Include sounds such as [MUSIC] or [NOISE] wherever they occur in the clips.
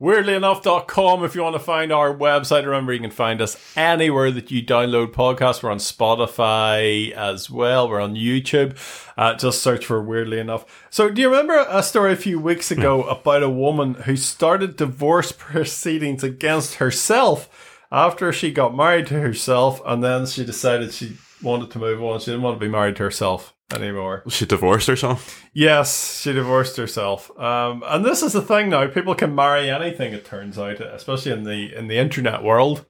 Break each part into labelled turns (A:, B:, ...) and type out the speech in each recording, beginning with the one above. A: weirdlyenough.com if you want to find our website remember you can find us anywhere that you download podcasts we're on spotify as well we're on youtube uh, just search for weirdly enough so do you remember a story a few weeks ago about a woman who started divorce [LAUGHS] proceedings against herself after she got married to herself and then she decided she wanted to move on she didn't want to be married to herself anymore
B: She divorced herself.
A: Yes, she divorced herself. Um, and this is the thing now: people can marry anything. It turns out, especially in the in the internet world,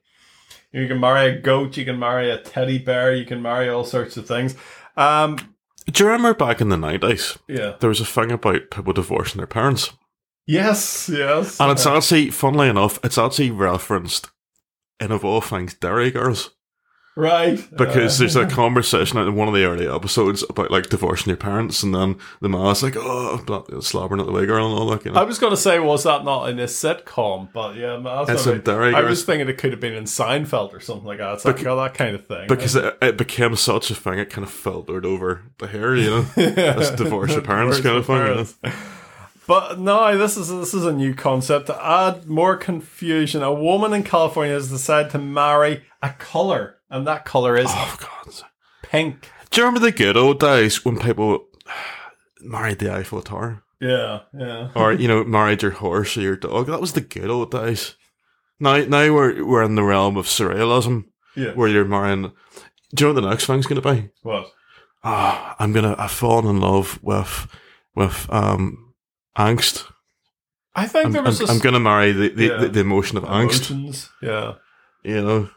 A: you can marry a goat, you can marry a teddy bear, you can marry all sorts of things. Um,
B: Do you remember back in the nineties?
A: yeah.
B: There was a thing about people divorcing their parents,
A: Yes. Yes.
B: and it's actually, funnily enough, it's actually referenced in of all things, Dairy Girls,
A: right
B: because
A: Uh,
B: there's a conversation in one of the early episodes about like divorcing your parents, and then the ma's like, "Oh, bla- slobbering at the wee girl and all that." You know?
A: I was going to say, was that not in a sitcom? But yeah, that's
B: It's
A: what I,
B: in
A: mean.
B: Derry
A: I
B: Girls.
A: was thinking it could have been in Seinfeld or something like that. It's like
B: Bec-
A: oh, that kind of thing.
B: because it, it became such a thing, it kind of filtered over the hair, you
A: [LAUGHS]
B: know. That's divorce your parents kind of thing. You know?
A: Divorce your parents. But no, this is this is a new concept to add more confusion. A woman in California has decided to marry a color, and that color is
B: Oh God!
A: pink.
B: Do you remember the good old days when people married the Eiffel Tower,
A: Yeah, yeah.
B: or you know, married your horse or your dog? That was the good old days. Now, now we're we're in the realm of surrealism,
A: Yeah.
B: where you're marrying. Do you know what the next thing's going to be?
A: What?
B: Ah, I'm gonna. I've fallen in love with with um angst.
A: I think
B: I'm,
A: there
B: I'm,
A: was
B: I'm gonna marry the the,
A: Yeah.
B: the, the emotion of angst.
A: emotions. Yeah.
B: You know.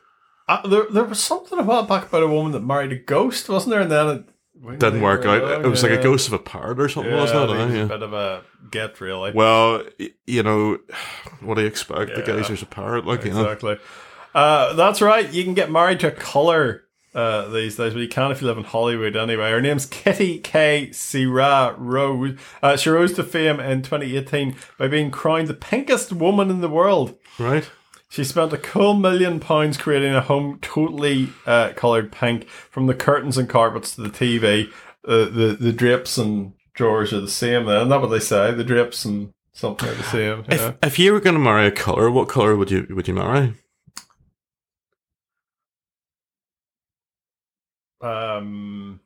A: Uh, there, there was something a while back about a woman that married a ghost, wasn't there? And then it when
B: didn't
A: they
B: work
A: were
B: out.
A: young,
B: It was like
A: yeah.
B: a ghost of a parrot or something,
A: Yeah,
B: wasn't
A: I
B: it?
A: think
B: Eh?
A: was
B: Yeah.
A: a bit of a get really.
B: Well, y- you know, what do you expect? The
A: Yeah.
B: geyser's a parrot, like you know.
A: Exactly. Uh, that's right. You can get married to a color uh, these days, but you can't if you live in Hollywood anyway. Her name's Kitty K. Sierra Rose. Uh, she rose to fame in 2018 by being crowned the pinkest woman in the world.
B: Right?
A: She spent a cool million pounds creating a home totally uh, coloured pink, from the curtains and carpets to the TV. Uh, the the drapes and drawers are the same. Isn't that what they say? The drapes and something are the same. yeah.
B: If if you were going to marry a color, what color would you would you marry?
A: Um,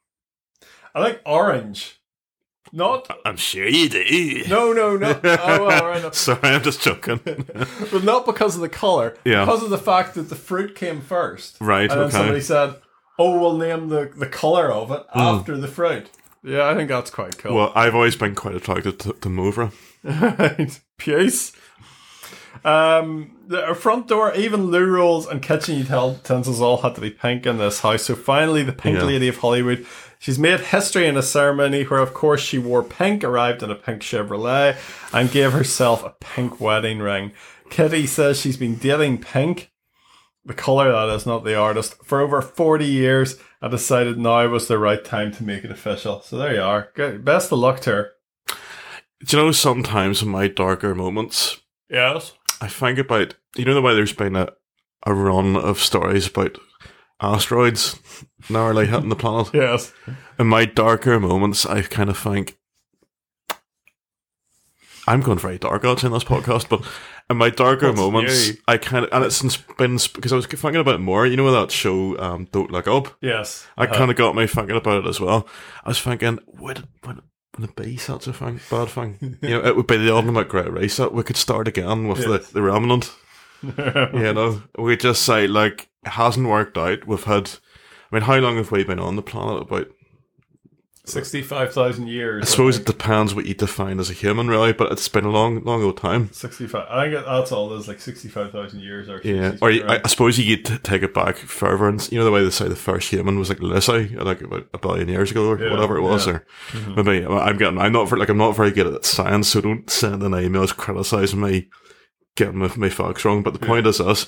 A: I like orange.
B: [LAUGHS]
A: Not
B: I'm sure you do.
A: no no no. oh, well, all right, no.
B: [LAUGHS] Sorry, I'm
A: [LAUGHS]
B: just joking.
A: But not because of the color.
B: Yeah.
A: Because of the fact that the fruit came first.
B: Right,
A: And then
B: okay.
A: somebody said, "Oh, we'll name the the color of it
B: Hmm.
A: after the fruit." Yeah, I think that's quite cool.
B: well, I've always been quite attracted to, to Movra.
A: Right. Puce. Um, the our front door, even loo rolls and kitchen utensils all had to be pink in this house. So finally, the pink
B: Yeah.
A: lady of Hollywood, she's made history in a ceremony where, of course, she wore pink, arrived in a pink Chevrolet, and gave herself a pink wedding ring. Kitty says she's been dating pink, the color that is, not the artist, for over 40 years and decided now was the right time to make it official. So there you are. Good. Best of luck to her.
B: Do you know sometimes in my darker moments,
A: Yes.
B: I think about you know the way there's been a, a run of stories about asteroids narrowly hitting the planet.
A: Yes.
B: in my darker moments, I kind of think I'm going very dark odds in this podcast, but in my darker
A: What's
B: moments,
A: new?
B: I kind of and it's ins- been ins- because I was thinking about it more. You know that show, um, Don't Look Up.
A: Yes. Uh,
B: I kind of got me thinking about it as well. I was thinking, would would, would it be such a thing, bad thing? You know, it would be the ultimate great reset. We could start again with
A: Yes.
B: the the remnant.
A: [LAUGHS]
B: You know, we just say like it hasn't worked out. We've had. I mean, how long have we been on the planet? About
A: 65,000 years.
B: I suppose
A: think.
B: it depends what you define as a human, really, but it's been a long, long old time.
A: 65. I think that's all there's like 65,000 years or
B: Yeah,
A: 60,
B: or you, I,
A: right? [LAUGHS]
B: I suppose you could t- take it back further, and s- you know the way they say the first human was like Lissy, like about a billion years ago or
A: Yeah,
B: whatever it was,
A: yeah. Mm-hmm.
B: or maybe uh, I'm getting. I'm not ver- like I'm not very good at science, so don't send in emails criticizing me, getting my, my facts wrong. But the point is this: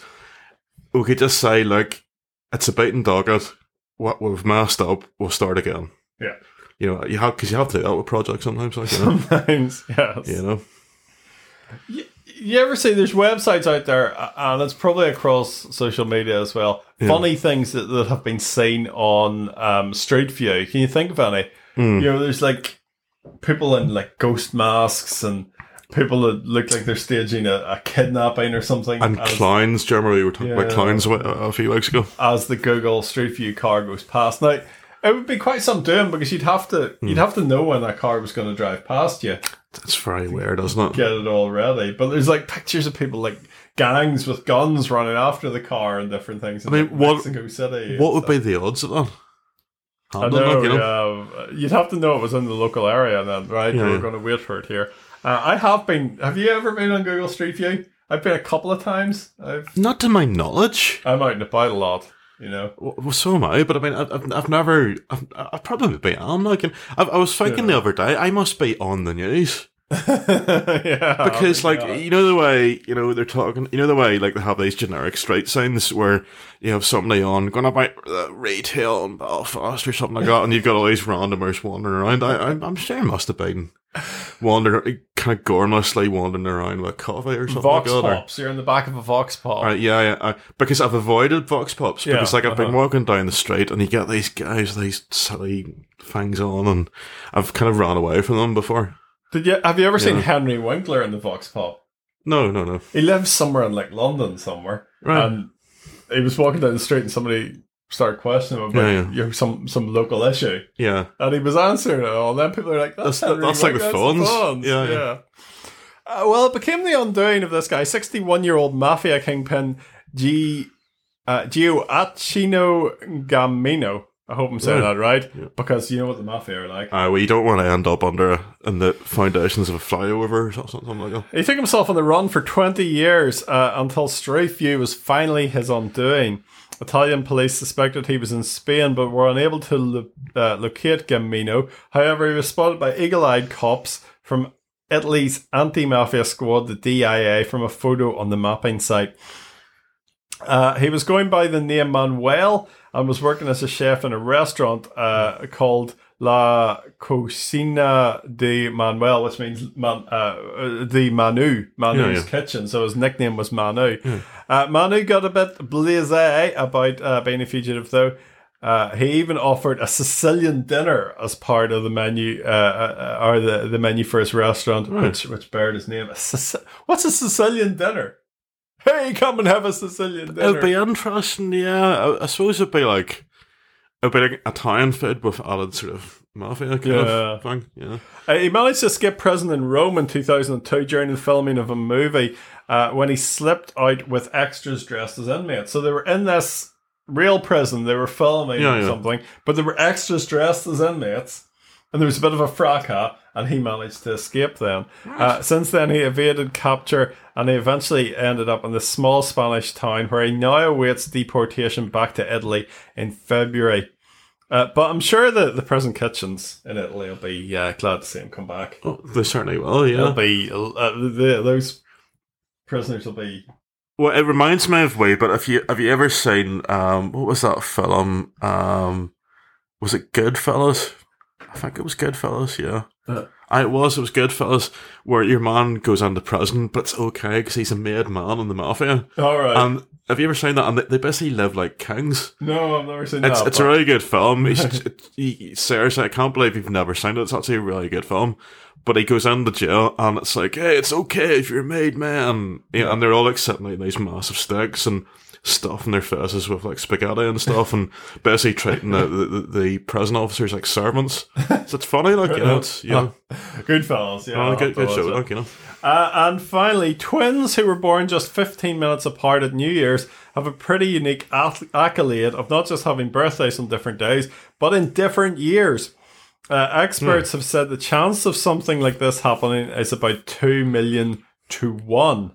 B: we could just say like it's a bit and dogged. What we've messed up, we'll start again.
A: Yeah.
B: You know, you have because you have to do that with projects sometimes, like, you
A: [LAUGHS]
B: know.
A: Sometimes, yes.
B: you know?
A: You, you ever see there's websites out there, uh, and it's probably across social media as well, funny things that, that have been seen on um, Street View.
B: Hmm.
A: Can you think of any? You know, there's like people in like ghost masks and people that look like they're staging a, a kidnapping or something.
B: And
A: as,
B: clowns, Jeremy, we were talking about
A: Yeah.
B: clowns a, a few weeks ago.
A: as the Google Street View car goes past. Now, it would be quite some doing because you'd have to
B: Hmm.
A: you'd have to know when that car was going to drive past you.
B: That's very weird, isn't it?
A: Get it all ready. But there's like pictures of people like gangs with guns running after the car and different things. In
B: I mean,
A: like,
B: what-
A: Mexico City. and
B: What would
A: stuff.
B: be the odds of that?
A: I
B: Happening,
A: know,
B: like, you know?
A: yeah. You'd have to know it was in the local area then, right?
B: Yeah.
A: We We're going to wait for it here. Uh, I have been. Have you ever been on Google Street View? I've been a couple of times. I've,
B: Not to my knowledge.
A: I'm out and about a lot, you know. [LAUGHS]
B: Well, so am I, but I mean, I've, I've- I've never, I've, I've probably been, I'm like, and I, I was thinking the other day, I must be on the news.
A: yeah.
B: Because,
A: oh my
B: like,
A: God.
B: you know the way, you know, they're talking, you know the way, like, they have these generic street signs where you have "Oh, somebody on going about uh, retail in Belfast or something like that, and you've got all these randomers wandering around. I, I'm, I'm sure I must have been wandering, kind of gormlessly wandering around with coffee or something
A: Vox
B: like that. or-
A: Pops. You're in the back of a Vox Pop.
B: Right, yeah, yeah. I, because I've avoided vox pops
A: Yeah,
B: because like I've been
A: uh-huh.
B: walking down the street and you get these guys, with these silly things on, and I've kind of ran away from them before.
A: Did you, have you ever seen
B: Yeah.
A: Henry Winkler in the Vox Pop?
B: No, no, no.
A: He lives somewhere in like London somewhere.
B: Right.
A: And he was walking down the street and somebody started questioning him about
B: Yeah, yeah.
A: You know, some, some local issue.
B: yeah,
A: and he was answering it all. And then people are like, "That's,
B: That's- that's like
A: Henry
B: the
A: Winkler, that's
B: phones." Yeah, yeah.
A: Uh, well, it became the undoing of this guy, sixty-one-year-old mafia kingpin G. Uh, Gioacchino Gamino. I hope I'm saying
B: Yeah.
A: that right,
B: Yeah.
A: because you know what the mafia are like.
B: uh, well, you don't want to end up under a- in the foundations of a flyover or something, something like that.
A: He took himself on the run for 20 years uh, until Street View was finally his undoing. Italian police suspected he was in Spain but were unable to lo- uh, locate Gamino. However, he was spotted by eagle eyed cops from Italy's anti mafia squad, the DIA, from a photo on the mapping site. Uh, he was going by the name Manuel and was working as a chef in a restaurant uh, called La Cocina de Manuel, which means man, uh, uh, the Manu, Manu's kitchen. So his nickname was Manu. Uh, Manu got a bit blasé about uh, being a fugitive, though. Uh, he even offered a Sicilian dinner as part of the menu, uh, uh, uh, or the, the menu for his restaurant,
B: Hmm.
A: which which bared his name. A Sic- What's a Sicilian dinner? Hey, come and have a Sicilian dinner.
B: It'd be interesting, yeah. I, I suppose it'd be like it'd be like Italian food with added sort of mafia kind
A: Yeah.
B: of thing. Yeah,
A: Uh, he managed to skip prison in Rome in 2002 during the filming of a movie uh, when he slipped out with extras dressed as inmates. So they were in this real prison, they were filming
B: Yeah, yeah.
A: something, but there were extras dressed as inmates, and there was a bit of a fracas, and he managed to escape them. Uh, since then, he evaded capture and he eventually ended up in this small Spanish town where he now awaits deportation back to Italy in February. Uh, but I'm sure that the prison kitchens in Italy will be uh, glad to see him come back.
B: oh, they certainly will. Yeah,
A: It'll be uh, the, those prisoners will be.
B: Well, it reminds me of way, but if you have you ever seen um what was that film? Um was it Goodfellas? I think it was Goodfellas, yeah.
A: Uh.
B: I, it was, it was Goodfellas, where your man goes into prison, but it's okay because he's a made man in the mafia.
A: All right.
B: And Um, have you ever seen that? And they, they basically live like kings.
A: no, I've never seen
B: It's
A: that.
B: it's a
A: but-
B: really good film. It's, it, he- seriously, I can't believe you've never seen it. It's actually a really good film. But he goes into jail and it's like, hey, it's okay if you're a made man. Yeah, and they're all like sitting like these massive sticks and stuffing their faces with like spaghetti and stuff and basically treating the, the, the prison officers like servants. So it's funny, like, you know, it's, you know,
A: Goodfellas, yeah. I'll
B: uh,
A: have
B: good,
A: to
B: good
A: watch
B: show,
A: it.
B: like, you know.
A: Uh, and finally, twins who were born just 15 minutes apart at New Year's have a pretty unique ath- accolade of not just having birthdays on different days, but in different years. Uh, experts
B: Hmm.
A: have said the chance of something like this happening is about 2 million to 1.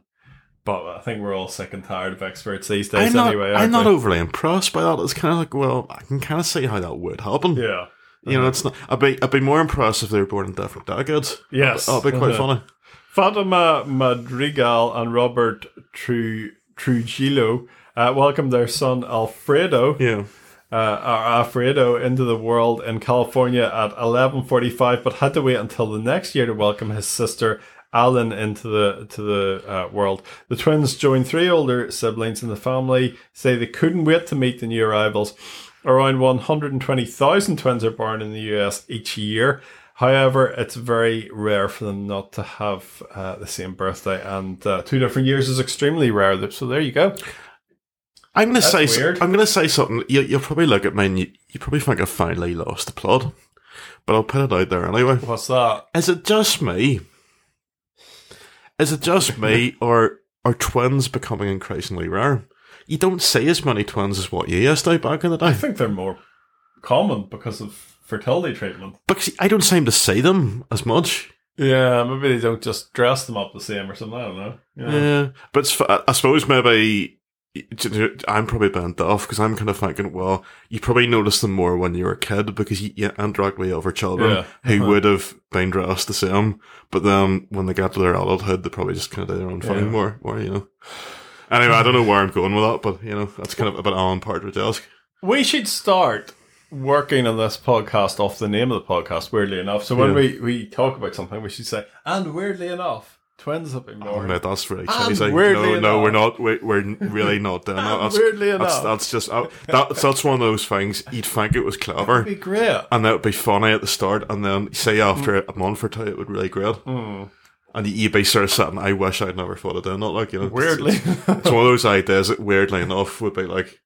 A: But I think we're all sick and tired of experts these days
B: I'm not,
A: anyway.
B: I'm
A: aren't
B: not
A: we?
B: overly impressed by that. It's kind of like, well, I can kind of see how that would happen.
A: yeah.
B: You know, it's not. I'd be, I'd be more impressed if they were born in different decades.
A: Yes.
B: That'd be quite
A: Uh-huh.
B: funny.
A: [LAUGHS] Fatima Madrigal and Robert Tru- Trujillo uh, welcomed their son Alfredo.
B: Yeah.
A: uh, our Alfredo into the world in California at 11:45, but had to wait until the next year to welcome his sister Alan into the to the uh, world. The twins joined three older siblings in the family. Say they couldn't wait to meet the new arrivals. Around 120,000 twins are born in the U.S. each year. However, it's very rare for them not to have uh, the same birthday, and uh, two different years is extremely rare. So there you go.
B: I'm gonna
A: That's
B: say so-
A: weird.
B: I'm gonna say something. You, you'll probably look at me and you, you probably think I finally lost the plot, but I'll put it out there anyway.
A: What's that?
B: Is it just me? Is it
A: [LAUGHS]
B: just me, or are twins becoming increasingly rare? You don't see as many twins as what you used to back in the
A: I
B: day.
A: think they're more common because of fertility treatment.
B: Because I don't seem to see them as much.
A: Yeah, maybe they don't just dress them up the same or something. I don't know.
B: Yeah, but it's, f- I suppose maybe I'm probably burnt off because I'm kind of thinking, well, you probably noticed them more when you were a kid because you, you interact with other children
A: Yeah.
B: who
A: Uh-huh.
B: would have been dressed the same, but then when they got to their adulthood, they probably just kind of do their own thing
A: Yeah.
B: more, more, you know. Anyway, I don't know where I'm going with that, but you know, that's kind of a bit Alan Partridge-esque.
A: We should start working on this podcast off the name of the podcast, weirdly enough. So when
B: Yeah.
A: we, we talk about something, we should say, and weirdly enough, twins have been
B: Oh,
A: born.
B: mate, that's really
A: And
B: cheesy.
A: weirdly
B: No, no, we're
A: enough-
B: not. We're, we're n- really
A: [LAUGHS]
B: not doing that.
A: And
B: That's,
A: weirdly
B: that's,
A: enough.
B: that's just uh, that's that's one of those things you'd think it was clever.
A: That'd be great.
B: and that would be funny at the start, and then say after a month or two, it would really great.
A: Mm.
B: And you'd be sort of sitting, I wish I'd never thought of doing that. Like, you know,
A: Weirdly.
B: it's, it's one of those ideas that weirdly enough would be like,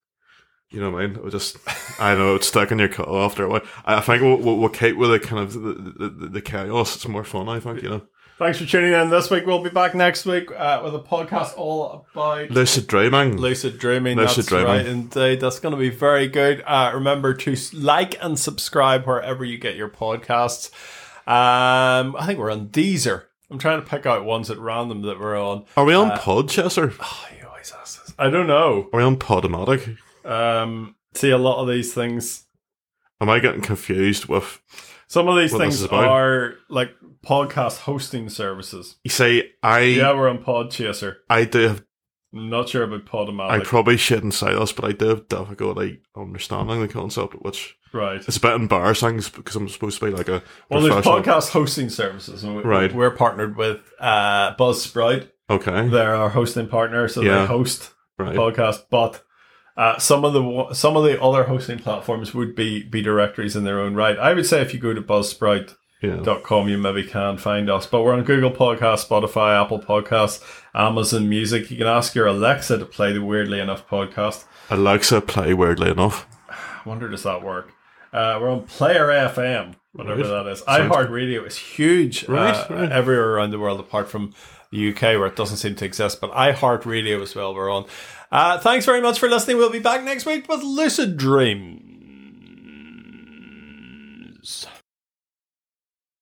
B: you know what I mean? It would just, I don't know, it would stick in your car after a while. I I think we'll, we'll, we'll keep with the kind of the, the, the chaos. It's more fun, I think, you know.
A: [LAUGHS] Thanks for tuning in this week. We'll be back next week uh, with a podcast all about
B: Lucid dreaming.
A: lucid dreaming.
B: Lucid
A: That's
B: dreaming.
A: right, indeed. That's going to be very good. Uh, remember to s- like and subscribe wherever you get your podcasts. Um, I think we're on Deezer. I'm trying to pick out ones at random that we're
B: [SIGHS]
A: on.
B: Are we on pod, Chester?
A: Oh, you always ask this. I don't know.
B: Are we on Podomatic?
A: Um, see, a lot of these things.
B: Am I getting confused with,
A: Some of these
B: What this
A: things
B: is about?
A: are like podcast hosting services.
B: you say, I,
A: Yeah, we're on Podchaser.
B: I do have
A: I'm not sure about
B: I
A: Podomatic.
B: probably shouldn't say this, but I do have difficulty understanding the concept, which
A: right.
B: is a bit embarrassing because I'm supposed to be like a
A: Well, there's
B: professional.
A: podcast hosting services, and we,
B: Right.
A: we're partnered with uh, Buzzsprout.
B: okay,
A: They're our hosting partner, so
B: Yeah.
A: they host
B: right.
A: podcasts. But uh, some of the wa- some of the other hosting platforms would be be directories in their own right. I would say if you go to Buzzsprout,
B: yeah.
A: dot com you maybe can find us but we're on google podcast spotify apple podcasts amazon music you can ask your alexa to play the weirdly enough podcast
B: Alexa play weirdly enough.
A: i wonder does that work uh, we're on player fm whatever
B: Right.
A: that is iheartradio is huge
B: Right,
A: uh,
B: right.
A: everywhere around the world apart from the uk where it doesn't seem to exist but iheartradio as well we're on uh, thanks very much for listening we'll be back next week with lucid dreams